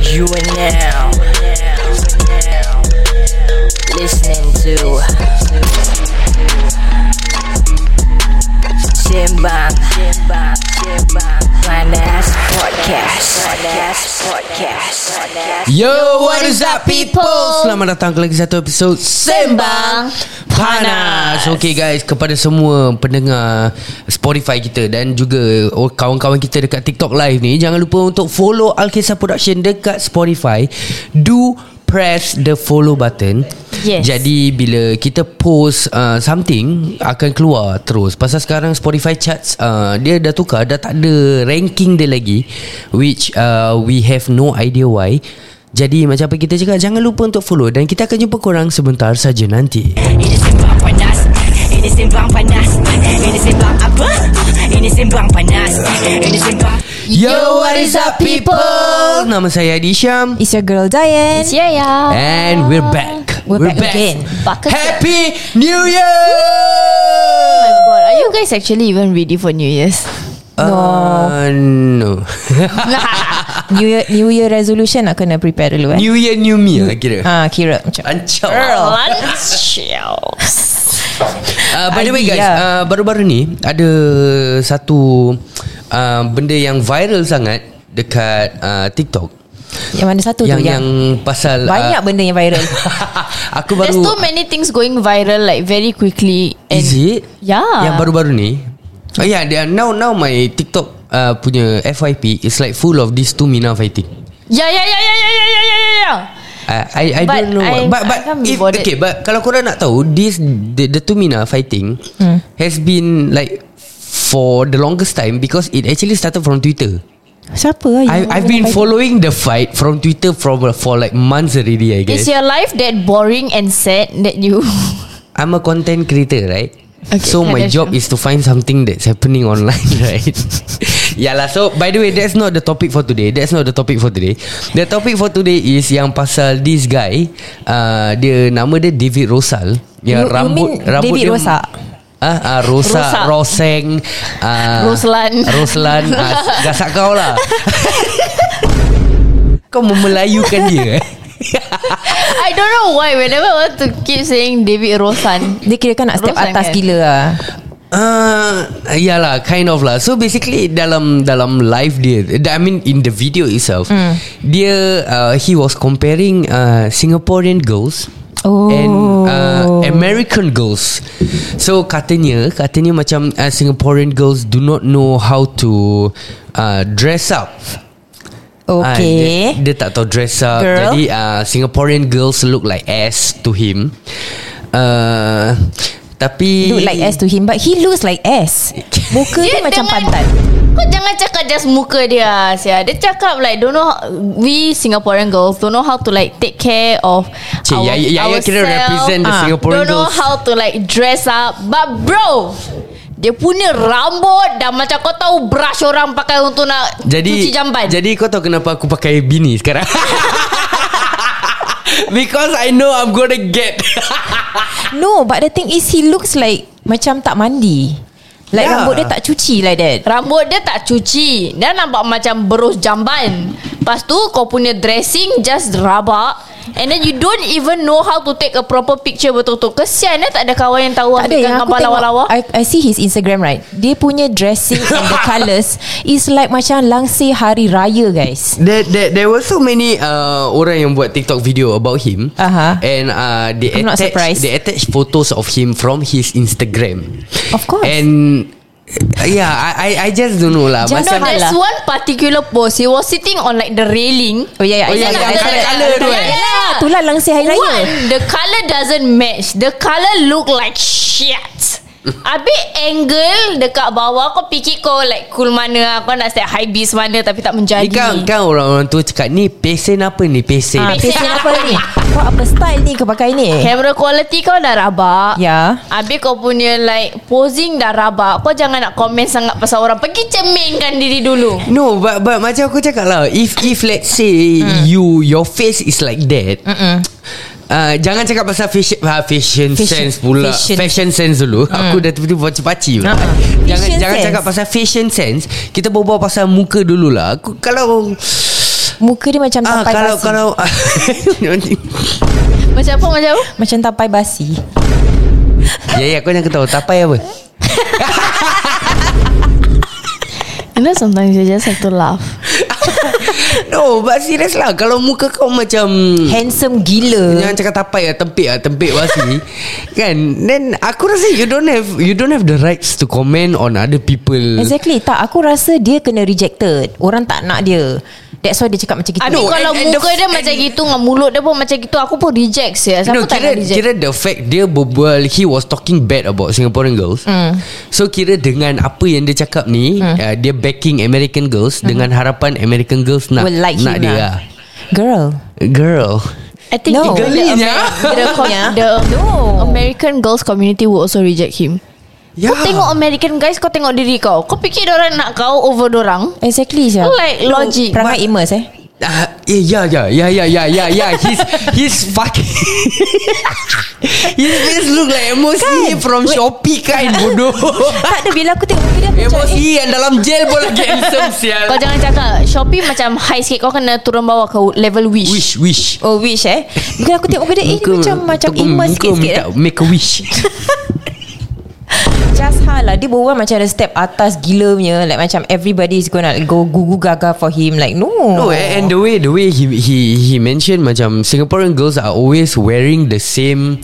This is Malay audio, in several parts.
You are now listening to Simbang Finance Podcast. Finance Podcast. Yo, what is up people? Selamat datang ke lagi satu episod Sembang Panas Okay guys, kepada semua pendengar Spotify kita Dan juga oh, kawan-kawan kita dekat TikTok live ni Jangan lupa untuk follow Alkisah Production dekat Spotify Do press the follow button Yes. Jadi bila kita post uh, something Akan keluar terus Pasal sekarang Spotify charts uh, Dia dah tukar Dah tak ada ranking dia lagi Which uh, we have no idea why Jadi macam apa kita cakap Jangan lupa untuk follow Dan kita akan jumpa korang sebentar saja nanti Ini sembang panas Ini sembang panas Ini sembang apa? Ini sembang panas Ini sembang Yo what is up people Nama saya Adi Syam It's your girl Diane It's Yaya And we're back Ah, We're back again. Back again. Happy New Year God, are you guys actually even ready for New Year's? Uh, no New Year, New Year resolution nak kena prepare dulu eh New Year New Me lah kira Ah, kira macam Ancam Lunch. uh, By the way guys Idea. uh, Baru-baru ni Ada Satu uh, Benda yang viral sangat Dekat uh, TikTok Yang mana satu yang, tu yang pasal ah, Banyak benda yang viral Aku baru There's too many things going viral like very quickly. And Is it? Ya. Yeah. Yang baru-baru ni Oh yeah they are, Now now my TikTok uh, Punya FYP Is like full of These two Mina fighting Yeah, yeah, yeah, yeah, yeah, yeah, yeah, yeah, yeah, yeah. Uh, I I But don't know. I- but but I can't be if, bothered. okay, but kalau korang nak tahu this the, the two Mina fighting hmm. has been like for the longest time because it actually started from Twitter. Siapa I lah yang I've been following the fight from Twitter from for like months already, I Is guess. your life that boring and sad that you? I'm a content creator, right? Okay. So Yeah, my that's job true. is to find something that's happening online, right? yeah lah. So by the way, that's not the topic for today. That's not the topic for today. The topic for today is yang pasal this guy. Uh, dia nama dia David Rosal. Yang You- you rambut mean rambut David dia, Rosa? Ah, ah Rosa, Rosa. Roseng, ah, Roslan. Roslan, ah, gasak kau lah. kau memelayukan dia. eh? I don't know why. Whenever I want to keep saying David Rosan. Dia kira kan nak step Rosan atas kan? gila lah Uh, yalah kind of lah So basically dalam dalam live dia I mean in the video itself Hmm. mm. Dia uh, he was comparing uh, Singaporean girls Oh. And uh, American girls So katanya Katanya macam uh, Singaporean girls do not know how to uh, Dress up Ah, Okay dia, dia tak tahu dress up Girl. Jadi uh, Singaporean girls look like ass to him uh, Tapi Look like ass to him But he looks like ass Muka dia, macam jangan- pantat Kau jangan cakap just muka dia sia. Dia cakap like don't know we Singaporean girls don't know how to like take care of Cik, our, Yaya- Yaya kira ourself. represent the Singaporean Don't know girls. how to like dress up But bro Dia punya rambut Dah macam kau tahu Brush orang pakai untuk nak Jadi Cuci jamban Jadi kau tahu kenapa aku pakai bini sekarang Because I know I'm gonna get No but the thing is He looks like Macam tak mandi Like Yeah. rambut dia tak cuci like that Rambut dia tak cuci Dia nampak macam berus jamban Lepas tu kau punya dressing Just rabak And then you don't even know How to take a proper picture Betul-betul Kesian eh Tak ada kawan yang tahu Tak ada ambilkan yang aku gambar tengok lawa-lawa I, I see his Instagram right Dia punya dressing And the colours Is like macam Langsir hari raya guys There, there, there were so many uh, Orang yang buat TikTok video About him Aha. And uh, they I'm not attach surprised. They attach photos of him From his Instagram Of course. And Yeah I I, I just don't know lah No, Just Macam Pasal- there's one particular pose He was sitting on like the railing Oh yeah yeah Oh, I yeah, see, yeah, I yang see. colour-colour tu, eh. Yeah, yeah, yeah. lah. Itulah langsir hari raya One, the colour doesn't match. The colour look like shit. Habis angle dekat bawah kau fikir kau like cool mana kau nak step high beast mana tapi tak menjadi. Ni kan, kan orang-orang tua cakap Ni pesen apa ni pesen Ah, Pesen Pesen apa apa ni ni? Kau apa style ni kau pakai ni Camera quality kau dah rabak Ya. Habis kau punya like Posing dah rabak Kau jangan nak komen sangat Pasal orang Pergi cerminkan diri dulu No but, but macam aku cakap lah If if let's say You Your face is like that Mm-mm. Uh, jangan cakap pasal fashion, uh, fashion, Fashion- sense pula fashion. Fashion, fashion sense dulu hmm. Aku dah tiba-tiba baci-baci pula Ah. Jangan, Fashion jangan sense. cakap pasal fashion sense Kita berbual pasal muka dululah Aku kalau Muka dia macam ah, tapai Kalau basi kalau Macam apa macam apa? Macam tapai basi Ya ya kau jangan ketawa Tapai apa You know sometimes you just have to laugh No but serious lah Kalau muka kau macam Handsome gila Hmm. Jangan cakap tapai lah Tempik lah Tempik wasi Kan Then aku rasa You don't have You don't have the rights To comment on other people Exactly Tak aku rasa dia kena rejected Orang tak nak dia That's why dia cakap macam gitu Habis No, kalau and- and muka the- dia macam gitu Dengan mulut dia pun macam gitu Aku pun reject sih Aku no, tak kira, nak reject kira the fact dia berbual He was talking bad about Singaporean girls Hmm. mm. So kira dengan apa yang dia cakap ni mm. uh, Dia backing American girls mm. Hmm. Dengan harapan American girls nak Will like Nak him dia lah. lah. Girl Girl I think No. the, Gelinya. the, the, the American girls community will also reject him Ya. Kau tengok American guys Kau tengok diri kau Kau fikir orang nak kau over dorang Exactly Syah Like logic. Perangai Imus eh Uh, yeah, yeah, yeah, yeah, yeah, yeah, yeah. He's he's fucking. his face look like emosi kan? from Shopee kan bodoh. Tak ada bila aku tengok muka dia aku macam eh, emosi yang dalam jail pun lagi handsome sial. Kau jangan cakap Shopee macam high sikit Kau kena turun bawah ke level wish, Wish, wish. Oh wish eh Bila aku tengok muka dia Eh dia macam Macam muka- Imus muka sikit-sikit minta eh. Make a wish Just hal lah Dia berbual macam ada step atas gila punya Like macam everybody is gonna go gugu gaga for him Like no eh. No and, and the way The way he He he mentioned Macam Singaporean girls Are always wearing The same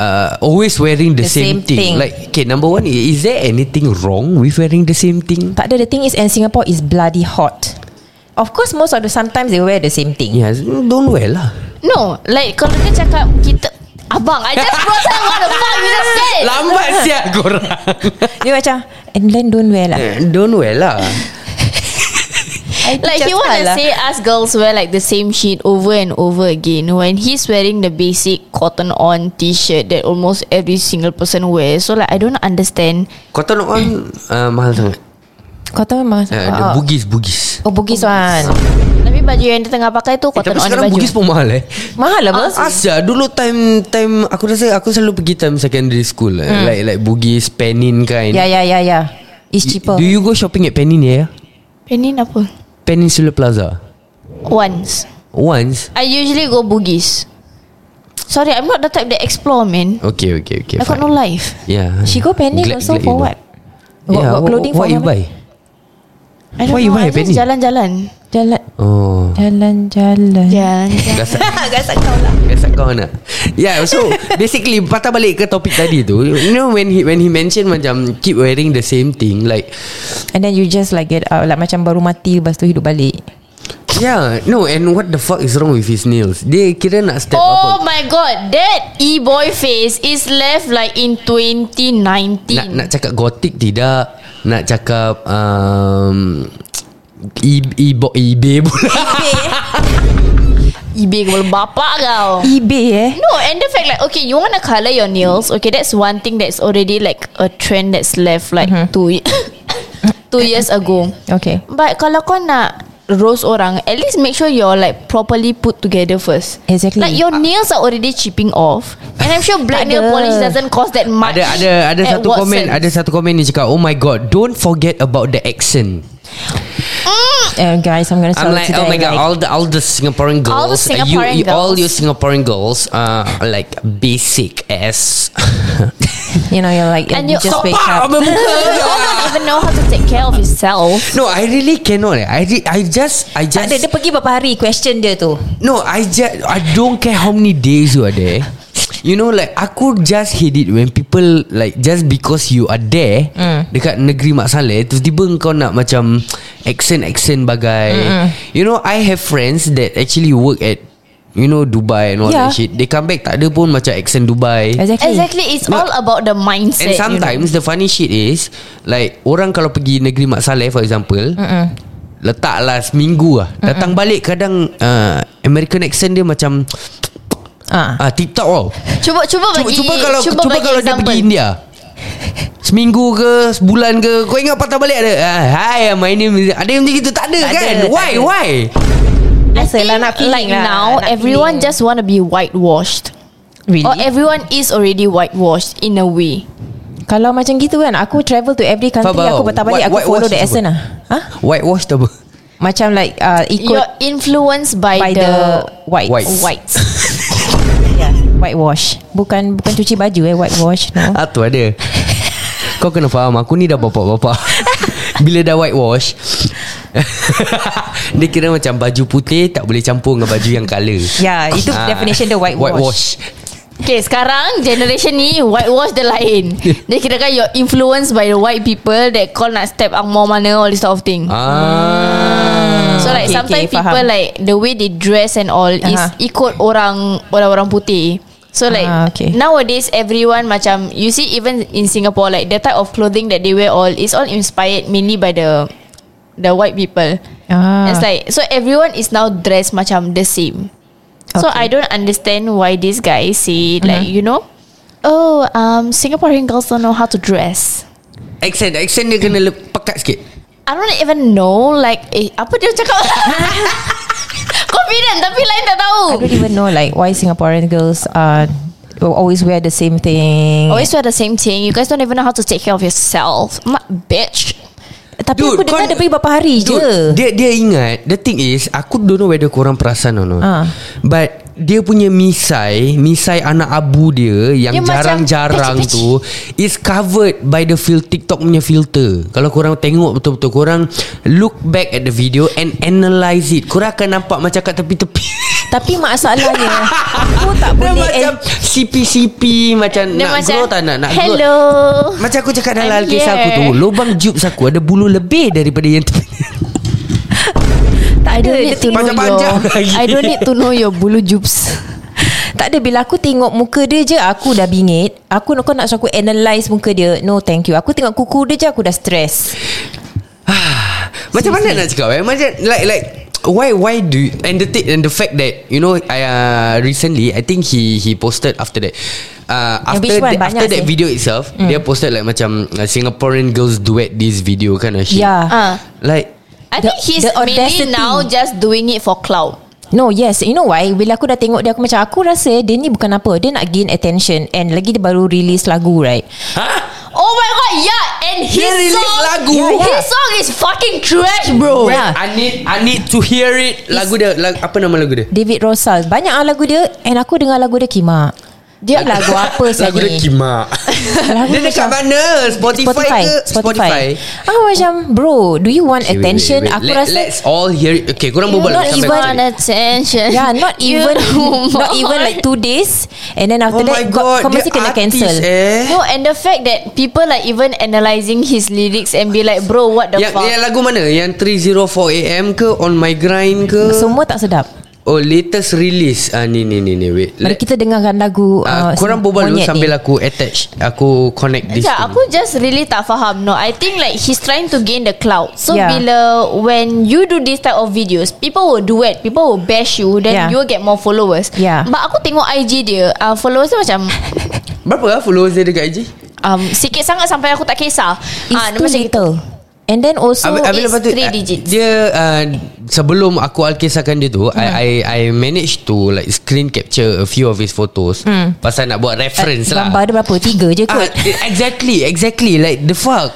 uh, Always wearing The, the same, same thing. thing Like Okay number one i- Is there anything wrong With wearing the same thing Tak ada the thing is And Singapore is bloody hot Of course most of the Sometimes they wear the same thing Yes Don't wear lah No Like kalau dia cakap Kita Abang I just brought out What the fuck you just Eh, said Lambat siap korang Dia macam And then don't wear lah Eh, Don't wear lah I Like just he hal wanna lah. say us girls wear like the same shit over and over again when he's wearing the basic cotton on t-shirt that almost every single person wears. So like I don't understand. Cotton on uh, Mahal sangat Kau tahu memang uh, The oh, bugis Bugis oh bugis one Tapi baju yang dia tengah pakai tu Eh, cotton tapi on sekarang baju. bugis pun mahal eh Mahal lah bos Asya dulu time time aku rasa aku selalu pergi time secondary school eh. like like Bugis Penin kind. Hmm. Ya ya ya ya It's Y- cheaper Do you go shopping at Penin ya? Yeah? Penin Eh, apa? Peninsula Plaza. Once. Once. I usually go bugis. Sorry, I'm not the type that explore, man. Okay, okay, okay. I got no fine. life. Yeah. Lah, She go Penin Glad- also glad you for know. what? What- Yeah, what what, clothing what for you mama? buy? I don't Why you know. buy I at just Penin? jalan-jalan. Jalan Oh. Jalan-jalan Eh? Jalan-jalan. Gasak Gasak kau nak Yeah so Basically Patah balik ke topik tadi tu You know when he When he mention macam Keep wearing the same thing Like And then you just like get out Like macam baru mati Lepas tu hidup balik Yeah ya, No and what the fuck is wrong with his nails Dia kira nak step Oh apa my god, that e-boy face is left like in 2019. nak nak cakap gotik tidak nak cakap um, i i bo, ibe pula Ibing kepala bapak kau eBay eh No and the fact like Okay you wanna colour your nails Okay that's one thing That's already like A trend that's left Like Mm-hmm. two ye- Two years ago Okay But kalau kau nak Rose orang At least make sure You're like properly put together first Exactly. Like your nails Are already chipping off And I'm sure Black Tak nail ada. polish Doesn't cost that much ada ada ada at satu Watsons. komen ada satu komen ni cakap oh my god don't forget about the accent Mm. uh, Guys I'm gonna I'm sell like today oh my god all the all the Singaporean girls All uh, the Singaporean you, you, all girls. you Singaporean girls are like basic as You know you're like And You you- just Stop wake Ah, up abang You muka. don't even know How to take care of yourself No, I really cannot. eh. I re- I just I just Tak ada dia pergi berapa hari Question dia tu No, I just I don't care how many days you are there. You know like Aku just hate it When people Like just because you are there mm. Dekat negeri Mak Saleh Tiba-tiba kau nak macam Accent-accent bagai Mm-mm. You know I have friends That actually work at You know Dubai And all yeah. Yeah. that shit They come back Tak ada pun macam accent Dubai Exactly, Exactly It's No. all about the mindset And you know. sometimes the funny shit is like orang kalau pergi negeri Mak Saleh for example, Mm-mm. letaklah seminggu lah. Datang balik kadang uh, American accent dia macam Ah. ah tip top tau. Cuba cuba Cuba, bagi cuba kalau cuba, cuba bagi kalau dia example. pergi India. Seminggu ke Sebulan ke Kau ingat patah balik ada ah, Hi my name is Ada yang macam gitu Tak ada Tak kan ada, tak Why ada. why Biasalah I nak think feeling like lah, now nak everyone feeling. just want to be whitewashed. Really? Or everyone is already whitewashed in a way. Kalau macam gitu kan Aku travel to every country Faham, Aku faham. patah balik White- Aku white follow wash the tu accent apa? lah ha? Whitewash tu apa Macam like uh, Ikut You're influenced by, By the Whites Whites. whites. yeah. Whitewash Bukan bukan cuci baju eh Whitewash no. Ah tu ada Kau kena faham Aku ni dah bapak-bapak Bila dah whitewash Dia kira macam baju putih Tak boleh campur dengan baju yang colour Ya, itu Ah, definition dia whitewash. Whitewash Okay sekarang Generation ni Whitewash dia lain Dia kira kan You're influenced by the white people That call nak step Angmoh mana All this sort of thing Ah, So like Okay, okay, sometimes okay, okay, people faham. like The way they dress and all uh-huh. Is Aha. ikut orang Orang-orang putih So like Ah, uh, okay. okay. Nowadays everyone macam You see even in Singapore Like the type of clothing That they wear all Is all inspired Mainly by the The white people Ah. It's like So everyone is now dressed Macam the same So I don't understand Why this guy say Like you know Oh um, Singaporean girls don't know How to dress Accent Accent dia kena le- pekat sikit I don't even know Like eh, Apa dia cakap Confident Tapi lain tak tahu I don't even know like why Singaporean girls are will always wear the same thing. Always wear the same thing You guys don't even know How to take care of yourself Ma, Bitch Tapi Dude, aku dengar kau- dia pergi beberapa hari je. Dude, Dia dia ingat The thing is Aku don't know whether korang perasan or not Ah. But dia punya misai Misai anak abu dia Yang Dia macam jarang-jarang peci-peci. tu Is covered by the fil TikTok punya filter Kalau korang tengok betul-betul Korang look back at the video And analyse it Korang akan nampak macam kat tepi-tepi Tapi masalahnya aku tak Dia boleh eh. macam sipi-sipi Macam Dia nak macam grow tak nak, nak grow Hello Macam aku cakap dalam I'm kisah aku here." tu Lubang jubes aku Ada bulu lebih daripada yang tepi Tak I don't ada, dia need to know panjang-panjang your lagi. I don't need to know your bulu jubes tak ada bila aku tengok muka dia je aku dah bingit. Aku kau nak suruh aku analyse muka dia. No thank you. Aku tengok kuku dia je aku dah stress. Ah, Macam mana nak cakap eh Macam like like Why why do you, and the thing, and the fact that you know I uh, recently I think he he posted after that uh, Yang after which one? that, Banyak after that sih. video itself mm. dia posted like macam uh, Singaporean girls duet this video kind of shit Yeah. Ah, like I The- think he's the audacity. mainly now Just doing it for clout No yes You know why Bila aku dah tengok dia Aku macam aku rasa Dia ni bukan apa Dia nak gain attention And lagi dia baru release lagu right Oh my god Yeah And his Dia release song lagu. yeah, Yeah, yeah. yeah. His song is fucking trash when Oh, bro Ya. I need I need to hear it lagu dia lag, apa nama lagu dia David Rosal Banyak ah lagu dia And aku dengar lagu dia Kima Dia lagu apa saya lagu dia ni Kima Lagu dia dekat macam- mana Spotify, Spotify ke Spotify Aku macam Bro do you want Okay, wait, attention wait, wait. Aku Let, rasa let's all hear it okay korang You berbual lah, not sampai even macam ni. attention Yeah ya, not You even don't Not even want. like two days And then Oh after my that god Kau, kau dia mesti kena artist, cancel eh. No, and the fact that people are even analyzing his lyrics and be like, bro, what the Yang, fuck? yang Ya, lagu mana? Yang 304 AM ke On My Grind ke? Semua tak sedap oh latest release. Ah ni ni ni ni wait. Mari kita dengarkan lagu uh, uh, korang berbual dulu Monyet sambil ni. aku attach aku connect this. thing. Macam aku just really tak faham No I think like He's trying to gain the clout So Yeah. yeah. bila When you do this type of videos People will do it People will bash you Then Yeah. yeah. you will get more followers Yeah. But aku tengok IG dia uh, Followers dia macam Berapa lah followers dia dekat IG? um, Sikit sangat Sampai aku tak kisah It's Ah, dia too macam gitu. little And then also Abi- it's three ah, digits. Dia uh, sebelum aku alkisahkan dia Hmm. tu, I, I I managed to like screen capture a few of his photos pasal nak buat reference lah. Hmm. Eh, Gambar dia berapa Tiga je Ah, kot exactly, exactly like the fuck.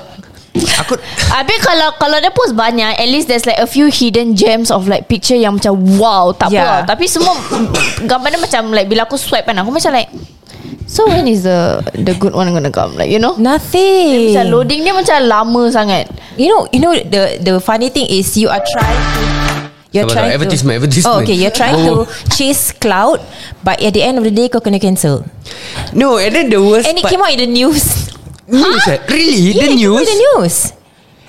Aku Habis kalau kalau dia post banyak At least there's like A few hidden gems Of like picture yang macam Wow tak Yeah. yeah. apa lah. Tapi semua Gambar dia macam like Bila aku swipe kan Aku macam like So when is the The good one gonna come Like you know Nothing Macam loading dia macam lama sangat You know, you know the the funny thing is you are trying to you're Sabar, trying sabar. Advertisement, to advertisement. Oh, okay, you're trying Oh. to chase cloud, but at the end of the day kau kena cancel. No and then the worst And it part came out in the news. News eh? Really Yeah, The it came out news in the news.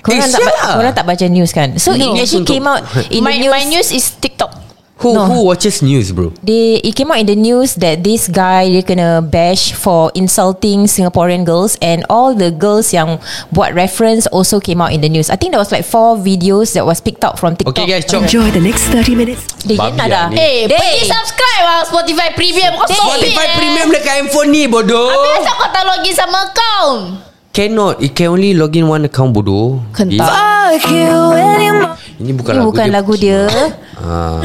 Korang tak ba- sialah. korang tak baca news kan? So No. it actually Untuk- came out in my, the news. my news is TikTok Who No. who watches news bro They it came out in the news that this guy dia kena bash for insulting Singaporean girls and all the girls yang buat reference also came out in the news. I think there was like four videos that was picked out from TikTok. Okay guys chop Enjoy the next 30 minutes. Dia Babi nak lah dah. ni. Eh hey, Dey. pergi subscribe lah Spotify Premium Kau stop it Spotify eh. premium dekat handphone ni bodoh Habis asal kau tak login sama account Cannot It can only log in one account bodoh Kentang Ini bukan, Ini bukan lagu dia Ah,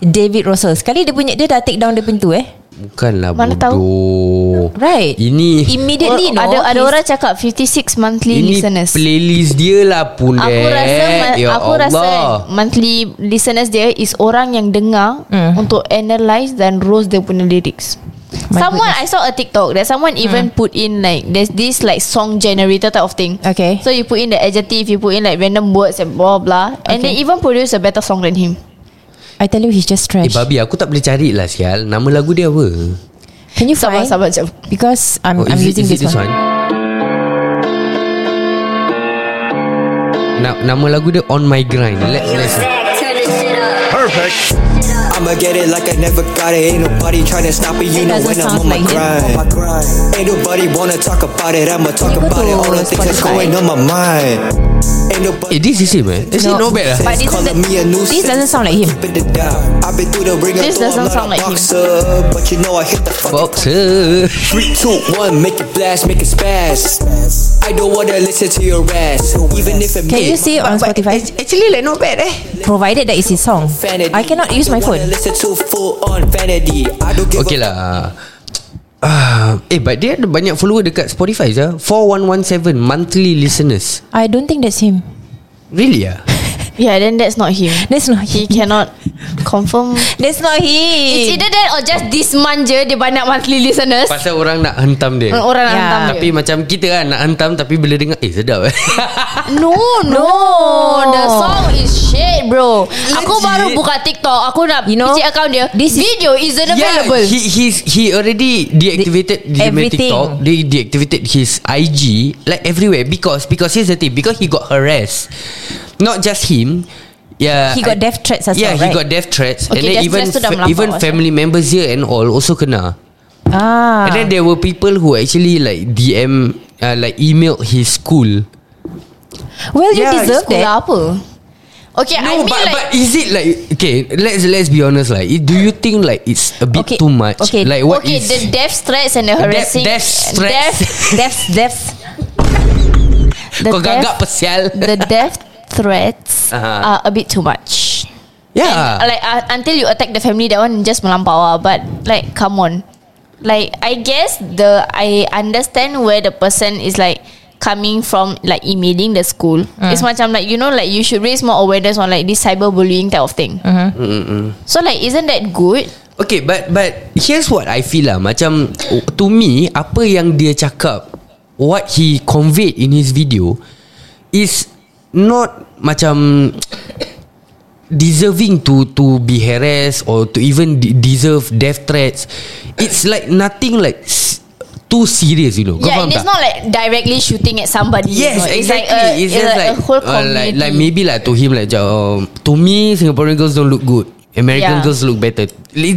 David Russell Sekali dia punya Dia dah take down dia pintu eh bukanlah Mana tahu? bodoh. Right Ini Immediately no Or- ada ada he's- orang cakap 56 monthly ini listeners. playlist dia lah pun Aku rasa ma- ya aku Allah. rasa monthly listeners dia is orang yang dengar untuk analyse dan roast dia punya lyrics. My someone I saw a TikTok that someone even put in like there's this like song generator type of thing. Okay. So you put in the adjective, you put in like random words and blah blah, and they Okay. even produce a better song than him. I tell you he's just Eh trash babi aku tak boleh cari lah sial Nama lagu dia apa Can you Sabar find sabar jap. Because Oh, I'm, I'm is it- using is it this, one, Na- Nama lagu dia On My Grind Let's listen I'ma get it like I never got it. Ain't nobody trying to stop it. You It know doesn't when I'm sound on my like him. grind. On my grind. Ain't nobody wanna talk about it. I'ma talk You go about it. to All the things that's Spotify. going on my mind. Ain't nobody. Eh this is him eh This is No. not bad lah But this is calling the- me a nuisance. this doesn't sound like him. Keep it down. I've been through the ringer. This though doesn't I'm not sound a like him. boxer, him. But you know I hit the fucking Boxer Three, two, one, make it blast, make it spaz. I don't wanna listen to your ass, even if it Can you makes see on Spotify Actually like not bad eh Provided that is his song vanity. I cannot use my Don't wanna phone Listen to full on vanity. I don't give Okay a lah Ah, eh but dia ada banyak follower dekat Spotify je 4117 monthly listeners I don't think that's him Really ah? Yeah, then that's not him. That's not He him cannot confirm. That's not It's him either that or just this month je dia banyak monthly listeners. Pasal orang nak hentam dia Orang Yeah. yeah. hantam dia. Tapi macam kita kan nak hentam Tapi bila dengar Eh sedap eh No, no. The song is shit, bro. Aku baru buka TikTok. Aku nak You know, picit account dia. this is- video isn't Yeah, available. he he's, he already deactivated The- the, everything. TikTok. They deactivated his IG like everywhere because because here's the thing because he got harassed, not just him. Yeah, He got death threats as yeah, well, he right? got death threats, and Okay, then death even threats tu dah fa- melampau eh? even asal. family members here and all also kena. Ah, And then there were people who actually like DM, uh, like emailed his school. Well you Yeah, deserve Sekolah that apa? Okay, I No, mean but like but is it like okay? Let's let's be honest. Like, it- do you think like it's a bit Okay, too much? okay, like what okay, is the death threats and the harassing. death threats. Deaths Deaths the kau death- gagap pesial? The death threats Uh-huh. are a bit too much. Yeah. And, like uh, until you attack the family, that one just melampau lah. But like, come on. Like I guess the I understand where the person is like coming from like emailing the school. Mm. It's macam like you know like you should raise more awareness on like this cyberbullying type of thing. Mm-hmm. So like isn't that good? Okay but but Here's what I feel lah Macam To me Apa yang dia cakap What he conveyed in his video Is Not Macam Deserving to To be harassed Or to even de- Deserve death threats It's like nothing like s- Too serious you know Kau yeah, faham tak? and it's not like directly shooting at somebody. you Yes, know. exactly. It's like a, it's just like, a whole uh, like, community. like maybe like to him like um, to me Singaporean girls don't look good. American Yeah. girls look better.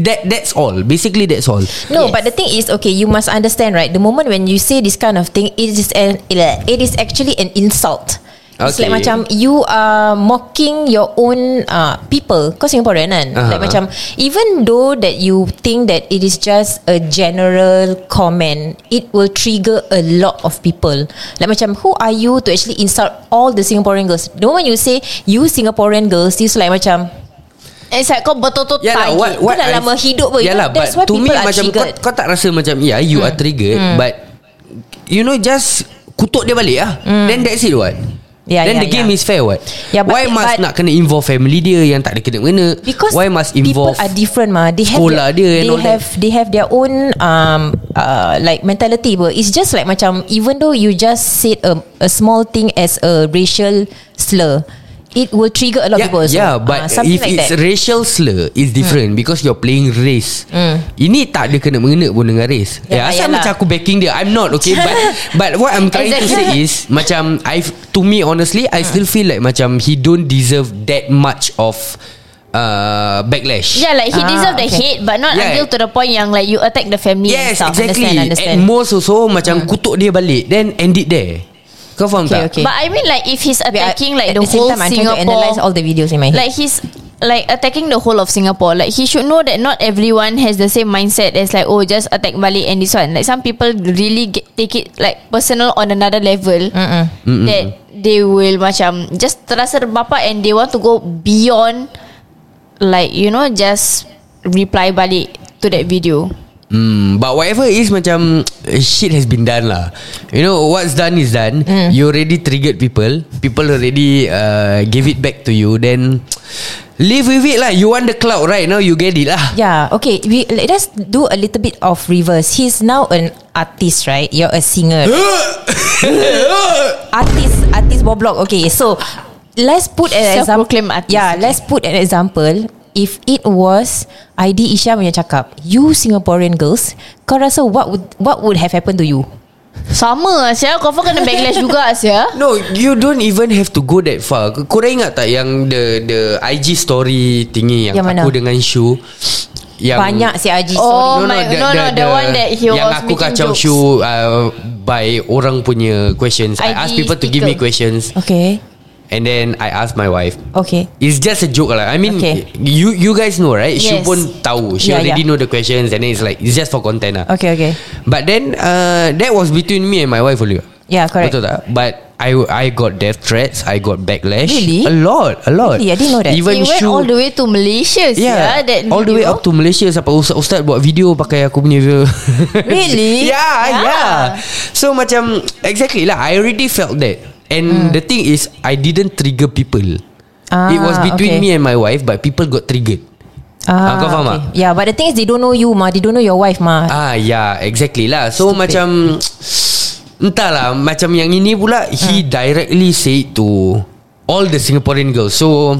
That that's all. Basically that's all. No, Yes. but the thing is, okay, you must understand, right? The moment when you say this kind of thing, it is an it is actually an insult. It's Okay. like macam you are mocking your own uh, people. Kau Singaporean kan? Uh-huh. Like macam even though that you think that it is just a general comment, it will trigger a lot of people. Like macam who are you to actually insult all the Singaporean girls? The moment you say you Singaporean girls, it's like macam it's like kau betul-betul Yeah lah tai. what Itu what dah I- lama hidup pun. Yeah You lah know, that's but why to me people are Hmm. macam kau, triggered. kau tak rasa macam yeah you are triggered but you know just kutuk dia balik lah then that's it what Hmm. Yeah, Then yeah, the game yeah. is fair what Yeah, but- Why must but- nak kena involve family dia Yang tak ada kena-mena Because Why must involve people are different ma. They have sekolah their, dia and they all that. have they have their own um uh, like mentality. But it's just like macam even though you just said a, a small thing as a racial slur, it will trigger a lot yeah, of people. also. Yeah, Ah, but something Hmm. if it's racial slur, it's different because you're playing race. Ini tak ada kena mengena pun dengan race. Yeah, Yeah, eh, asal yalah. macam aku backing dia. I'm not okay, but but what I'm trying to say Exactly. is macam I to me honestly, Hmm. I still feel like macam he don't deserve that much of uh, backlash. Yeah, like he Ah, deserve the okay. hate, but not Yeah. until to the point yang like you attack the family. and Yes stuff. exactly Understand, understand. Hmm. At most also Macam kutuk dia balik Then end it there Kau faham Okay, tak? okay. But I mean, like if he's Wait, I- attacking like at the, the same whole time, I'm trying to Singapore, analyse all the videos in my head. Like he's like attacking the whole of Singapore. Like he should know that not everyone has the same mindset as like oh just attack Bali and this one. Like some people really get, take it like personal on another level Mm-mm. that they will macam just terasa bapa and they want to go beyond like you know just reply balik to that video. Hmm, but whatever it is macam eh, shit has been done lah. You know what's done is done. Mm. Hmm. You already triggered people. People already uh, gave it back to you. Then live with it lah. You want the cloud right now? You get it lah. Yeah, okay. We let us do a little bit of reverse. He's now an artist, right? You're a singer. artist, artist Boblog. Okay, so let's put an example. Self-proclaimed artist, Yeah, okay. let's put an example. If it was ID Isha punya cakap, you Singaporean girls, kau rasa what would what would have happened to you? Sama Asia Kau pun kena backlash juga Asia No, you don't even have to go that far. Korang ingat tak yang the the IG story thingy yang, Yang mana? aku dengan Shu yang Banyak si IG Oh. story. my- no, no, the one that he yang was aku making kacau jokes. Shu uh, by orang punya questions. I ID ask people to give me sticker. questions Okay, and then I ask my wife. okay. It's just a joke lah. I mean, Okay. you you guys know right? She Yes. pun tahu. She Yeah, already yeah. know the questions, and then it's like it's just for content lah. Okay, okay. But then uh, that was between me and my wife only. Yeah, correct. Betul tak? But I I got death threats. I got backlash. Really? A lot, a lot. Really? I didn't know that. Even He went Shu, all the way to Malaysia Yeah, Sia, that all the way video. up to Malaysia sampai ustaz ustaz buat video pakai aku punya video. Really? yeah, yeah, Yeah. So macam exactly lah. I already felt that. Hmm. And the thing is, I didn't trigger people. Ah, It was between okay. me and my wife, but people got triggered. Ah, kau faham tak? Yeah, but the thing is they don't know you ma, they don't know your wife ma. Ah, yeah, exactly lah. So Stupid. macam entahlah, macam yang ini pula Hmm. he directly say it to all the Singaporean girls. So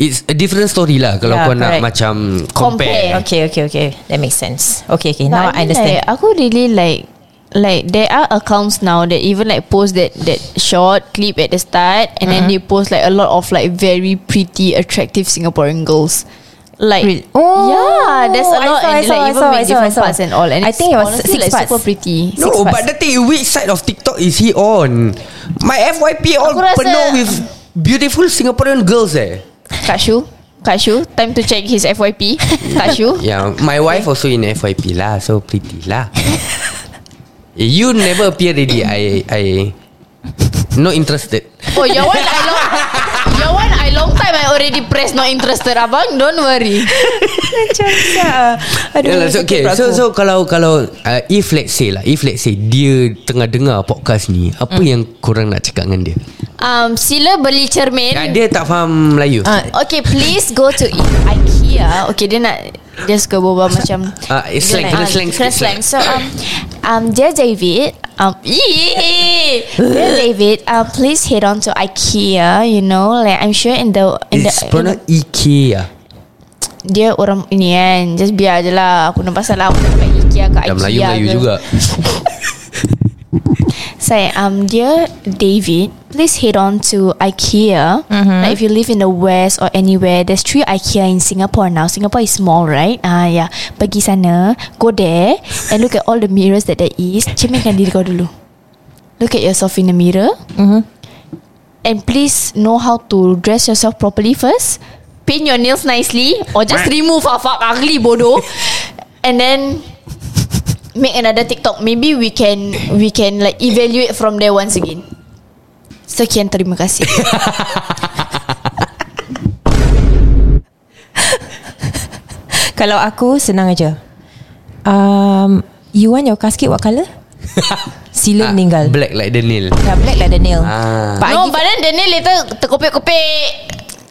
it's a different story lah kalau Yeah, kau nak correct. macam Compare. compare. Okay, okay, okay. That makes sense. Okay, okay. But Now I mean, understand. Like, aku really like like there are accounts now that even like post that that short clip at the start and then they Mm-hmm. post like a lot of like very pretty attractive Singaporean girls. Like Really? Oh. yeah, there's a I lot saw, I and they, saw, like I even saw, I make saw, different I saw. parts and all. And I it's think it was honestly, six like parts. super pretty. No, Six but parts. the thing is, which side of TikTok is he on? My FYP all Aku rasa- penuh with beautiful Singaporean girls eh. Kak Shu, Kak Shu, time to check his FYP. Oh. Kak Shu. Yeah, my wife also in FYP lah, so pretty lah. Eh, you never appear ready. I I not interested. Oh, your one I long Your one I long time I already press not interested abang. Don't worry. Aduh, Yeah, lah, so, okay. sakit perut So aku. so kalau kalau uh, if let's say lah, if let's say dia tengah dengar podcast ni, apa Hmm. mm. yang korang nak cakap dengan dia? Um, sila beli cermin. Ah, dia tak faham Melayu. Ah, Uh, Ah, Okay please go to I- IKEA Okay dia nak Just ke boba macam Ah, it's slang, Dia kena nak- slang sikit, Kena slang So um, um Dear David um, ee, Dear David um, Please head on to IKEA You know Like I'm sure in the in It's the, in the pronounced E ah. IKEA. Dia orang ini kan Just biar je lah Aku nak pasal lah Aku nak pakai IKEA ke IKEA Dah Melayu-Melayu ke. juga. Say, um, dear David, please head on to IKEA. Like if you live in the West or anywhere, there's three IKEA in Singapore now. Singapore is small, right? Ah, yeah. Pergi sana, go there, and look at all the mirrors that there is. Cerminkan diri kau dulu. Look at yourself in the mirror. And please know how to dress yourself properly first. Paint your nails nicely, or just remove ah, fuck ugly bodoh. and then make another TikTok. Maybe we can we can like evaluate from there once again. Sekian terima kasih. Kalau aku senang aja. Um, you want your casket what color? Sila meninggal. Ah, Black like the nail. Yeah, black like the nail. Ah. But no, I give, but then the nail later terkopik-kopik.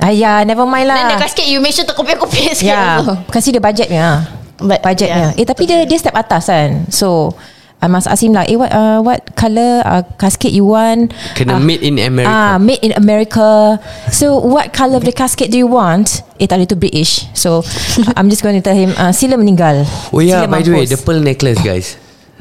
ayah, never mind Then the lah. casket you make sure terkopik-kopik sikit. also. Yeah, kasi dia budgetnya. ah. But- Budgetnya. yeah. Eh tapi dia dia step atas kan. So I must ask him like, eh what uh, what color uh, casket you want? Kena Ah, made in America. Ah, made in America. So, what color of the casket do you want? Eh, tadi tu British. So, I'm just going to tell him, uh, sila meninggal. Oh yeah, by Sila the way, the mampus. pearl necklace guys.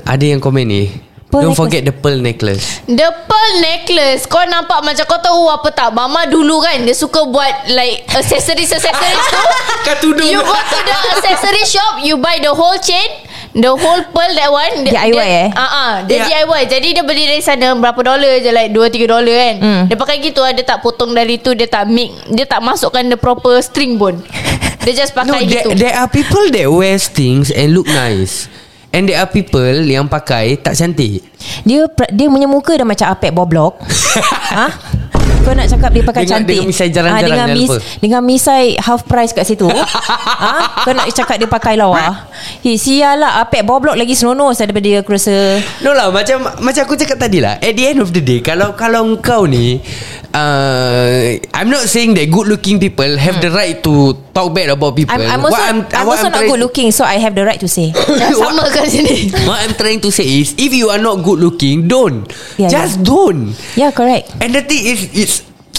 Ada yang komen ni. Pearl Don't necklace. forget the pearl necklace. The pearl necklace Kau nampak macam Kau tahu apa tak Mama dulu kan Dia suka buat Like Accessories Accessories tu Kat tudung. You go to the accessory shop You buy the whole chain The whole pearl that one dia- DIY, dia, eh? Ah uh-uh, Dia Yeah. DIY Jadi dia beli dari sana Berapa dolar je Like 2-3 dolar kan Mm. Dia pakai gitu lah Dia tak potong dari tu Dia tak mix Dia tak masukkan The proper string pun Dia just No, pakai there, gitu there are people that wears things and look nice. And there are people yang pakai tak cantik. Dia pra- dia punya muka dah macam apek boblok. ha? Kau nak cakap dia pakai Dengan- cantik dengan misai jarang-jarang, Ah, Dengan, jangan mis, lupa. dengan misai half price kat situ ha? Kau nak cakap dia pakai lawa Hi, Sialah apek boblok lagi senonoh Daripada dia aku rasa No lah macam macam aku cakap tadi lah at the end of the day kalau kalau kau ni uh, I'm not saying that good looking people have the right to talk bad about people. I'm, I'm also, I'm, what also not trying good looking So I have the right to say Dah Ya, sama kat sini To, what I'm trying to say is if you are not good looking don't. Yeah, Yeah, Just yeah. yeah. don't. Yeah correct And the thing is it's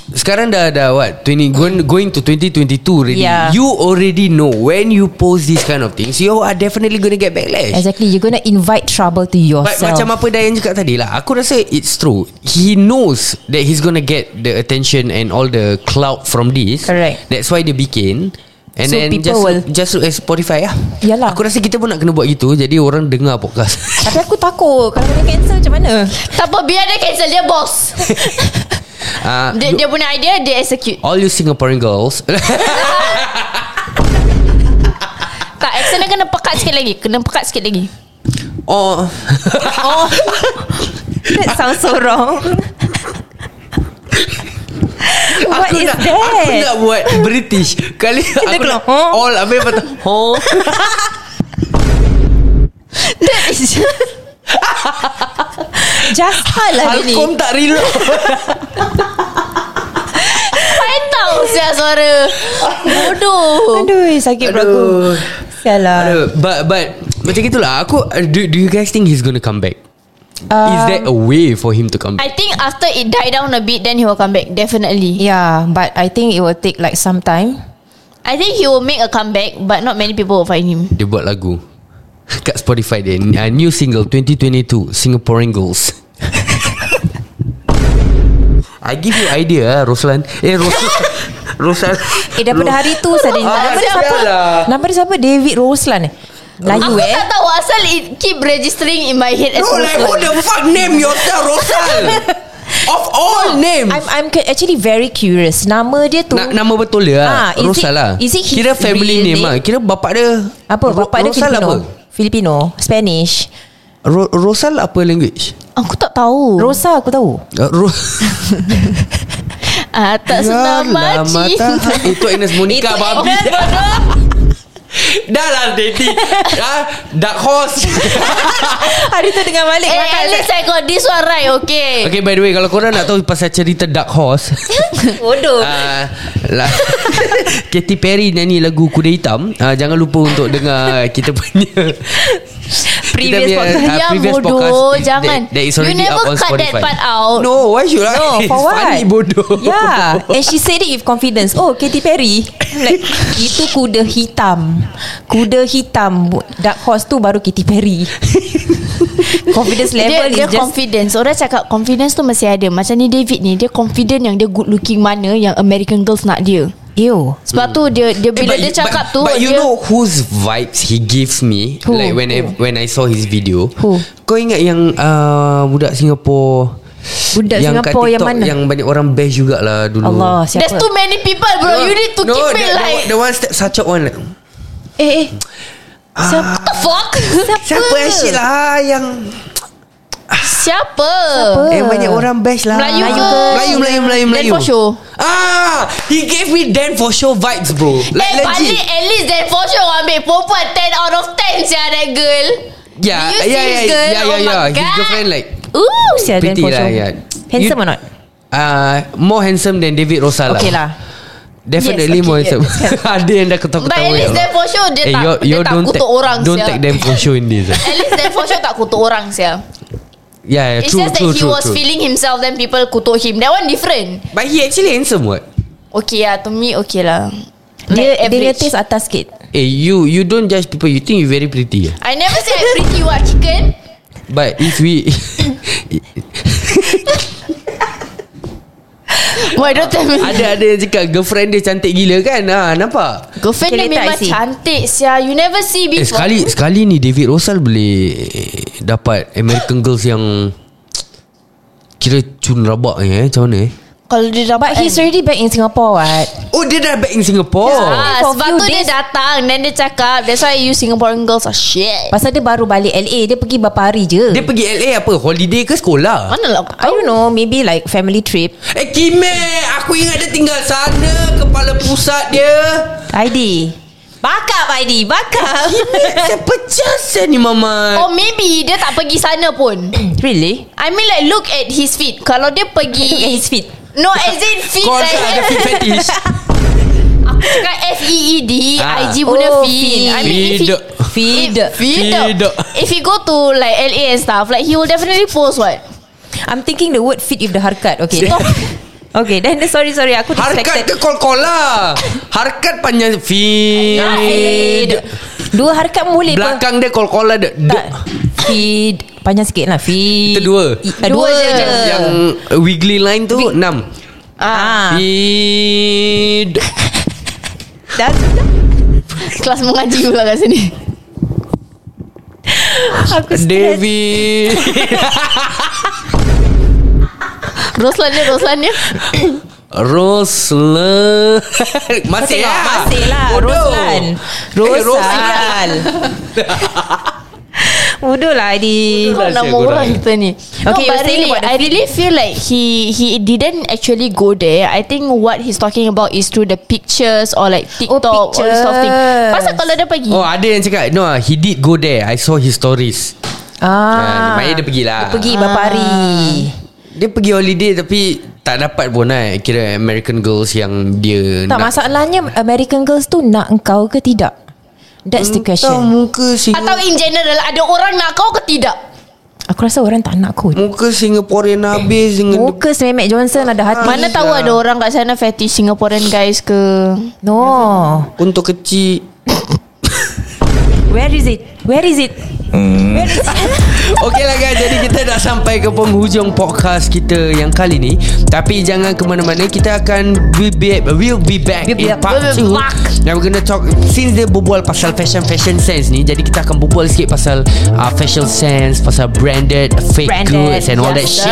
sekarang dah dah what 20 going, going to 2022 already. Yeah. You already know when you post this kind of things you are definitely going to get backlash. Exactly You're gonna invite trouble But to yourself macam apa Dayan cakap tadi lah Aku rasa it's true He knows That he's gonna get The attention and all the Cloud from this Correct. That's why dia bikin And So, then people just will- Just look at Spotify lah Yalah. Aku rasa kita pun nak kena buat gitu Jadi orang dengar podcast Tapi aku takut Kalau kena cancel macam mana Tak apa biar dia cancel Dia boss uh, dia, dia punya idea Dia execute All you Singaporean girls Tak action dia kena pekat sikit lagi Kena pekat sikit lagi Oh That sounds so wrong What aku is nak, Aku that nak buat British Kali Kita aku keluar, nak huh? All Habis lepas tu Huh Just hal lah dia ni Halkom tak reload Saya tahu siap suara Bodoh Aduh eh, sakit perut aku Aduh. Sial lah Aduh, but but macam gitulah aku uh, do, do you guys think he's gonna come back? Um, Uh, Is there a way for him to come back? I think after it die down a bit Then he will come back Definitely Yeah ya, But I think it will take like some time I think he will make a comeback But not many people will find him Dia buat lagu kat Spotify dia uh, new single 2022 Singaporean Girls. I give you idea ah Roslan. Eh Roslan. Roslan. Eh daripada hari tu suddenly Ah, Nama dia siapa sialah. Nama dia siapa David Roslan eh Melayu Aku eh tak tahu Asal it keep registering in my head as No, like who Roslan. the fuck name yourself Roslan? of all names. I'm I'm cu- actually very curious. Nama dia tu Na- nama betul dia Ah, ah, is Rosal it- lah is it his Kira family real name name? lah Kira bapak dia apa? Ro- Bapa dia Rosal Filipino. apa? Filipino, Spanish. Ro- Rosal apa language? Aku tak tahu Rosa aku tahu. Uh, Ro- Atas Biarlah nama mata- cinta ah. Itu Agnes Ya Monica Itu babi Agnes, bodoh. Dah lah dating ah, Dark horse Hari tu dengan balik Eh makan at least I got this one right Okay, Okay by the way Kalau korang nak tahu Pasal cerita Dark Horse Bodoh uh, la- Katy Perry nyanyi lagu Kuda Hitam uh, Jangan lupa untuk dengar Kita punya Previous kita punya, podcast. ah, Yang previous bodoh podcast Jangan that, that is You already never up on cut Spotify that part out No why should I No, lah. It's for what? funny bodoh Yeah, and she said it with confidence. Oh, Katy Perry. I'm Like itu kuda hitam. Kuda hitam. Dark horse tu baru Katy Perry. confidence level dia, dia is just confidence Orang cakap confidence tu masih ada Macam ni David ni Dia confident yang dia good looking mana Yang American girls nak dia Ew. Sebab tu dia, dia Eh, bila but- dia cakap but, tu But you dia, know whose vibes he gives me Who? Like when I Who? when I saw his video Who? Kau ingat yang uh, Budak Singapore Budak yang kat Singapore yang TikTok mana? Yang banyak orang bash jugalah dulu Allah, siapa? There's too many people bro You need to no, keep the, it the- like The one step sacok one like, Eh eh Siapa What the fuck Ah. Siapa asyik lah Yang Siapa Eh banyak orang bash lah Melayu ke? Melayu Melayu Melayu, Dan Melayu. for sure. Ah He gave me Dan for sure vibes bro Like, Like legit eh, balik at least that for sure ambil perempuan 10 out of 10 sia that girl. Yeah, Do yeah, you see yeah, this yeah, girl? oh yeah, yeah. my ya, His God. girlfriend like Ooh, siapa Pretty lah yeah. Handsome You- or not? uh, More handsome than David Rosala Okay lah. Definitely Yes, yes, more okay, handsome Ada yang dah But ketawa-ketawa ya. Eh, at least that for sure dia tak dia tak kutuk orang Don't sia. take them for sure in this eh. At least that for sure tak kutuk orang sia. Yeah, yeah Eh, It's true, just that true, he true, was true. feeling himself Then people kutuk him That one different But he actually handsome what Okay lah To me okay lah Dia lah. Like dia punya average. taste atas sikit. Eh you you don't judge people You think you very pretty eh? I never say I pretty what chicken But if we Why don't tell me Ada ada yang cakap Girlfriend dia cantik gila kan ha, Nampak Girlfriend Okay, dia later I memang see. cantik sia You never see Eh before sekali Sekali ni David Rosal boleh Dapat American Girls yang Kira cun rabak ni eh Macam mana eh Kalau dia dapat kan? But he's already back in Singapore what Oh dia dah back in Singapore yeah. Ah, For sebab few tu dia days- datang Then dia cakap That's why you Singaporean girls are shit Pasal dia baru balik LA Dia pergi berapa hari je Dia pergi LA apa Holiday ke sekolah Mana lah aku I don't know Maybe like family trip Eh Kime Aku ingat dia tinggal sana Kepala pusat dia ID Bakap ID Bakap Saya pecah saya ni Mamat Or maybe Dia tak pergi sana pun Really? I mean like Look at his feet Kalau dia pergi Look at his feet. No as in feet Kau like, rasa ada feet fetish Aku cakap F-E-E-D Ah. IG punya Oh, feed feed. I mean if Feed. he Feed Feed. Feed Feed. If he go to like LA and stuff Like he will definitely post what I'm thinking the word fit with the harkat Okay Okay then sorry sorry Aku Harkat distracted ke kol-kola Harkat panjang Feed Ah, feed. Dua harkat mulai Belakang dia kol-kola dia Tak Feed Panjang sikit lah Feed Itu dua. I, dua, dua je Yang wiggly line tu enam ah. Feed Dah Kelas mengaji pula kat sini Aku stress David Roslan dia Roslan dia Roslan Masih Tengok lah Masih lah Bodoh. Roslan Eh, Roslan Rosal Bodoh lah Adi Kau Roslan Oh, nama saya orang kurang. kita ni Okay, No you were but saying really about the I really feel like He he didn't actually go there I think what he's talking about Is through the pictures Or like TikTok Or this sort of thing Oh, pictures. Pasal kalau dia pergi Oh ada yang cakap No he did go there I saw his stories Ah, Ah, Maknanya dia pergi lah Ah. Dia pergi berapa hari Dia pergi holiday Tapi Tak dapat pun lah Kira American girls Yang dia Tak masalahnya American Girls tu Nak engkau ke tidak That's the Tahu question muka Atau Singapore in general Ada orang nak kau ke tidak Aku rasa orang tak nak kot Muka Singaporean habis Dengan Muka Smemek Johnson ada hati Mana tahu ada orang kat sana Fetish Singaporean guys ke No Untuk kecil Where is it Where is it Okey lah guys Jadi kita dah sampai ke penghujung podcast kita yang kali ni Tapi jangan ke mana-mana Kita akan We'll be, we'll be back We'll be in back. part 2 We'll be back. Now we're gonna talk Since dia berbual pasal fashion Fashion sense ni Jadi kita akan berbual sikit pasal uh, Fashion sense Pasal branded Fake Branded, goods And all that yes, shit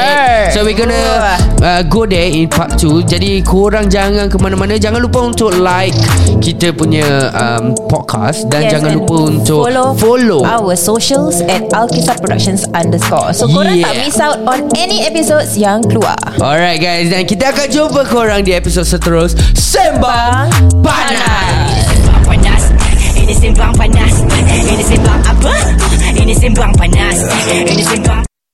sir. So we're gonna uh, Go there in part 2 Jadi korang jangan ke mana-mana Jangan lupa untuk like Kita punya um, podcast Dan Yes, jangan and lupa untuk follow, follow our socials at Alkisah Productions underscore. So korang tak Yeah. miss out on any episodes yang keluar. Alright guys Dan kita akan jumpa korang Di episod seterus Sembang Panas Sembang panas Ini sembang panas Ini sembang apa? Ini sembang panas Ini sembang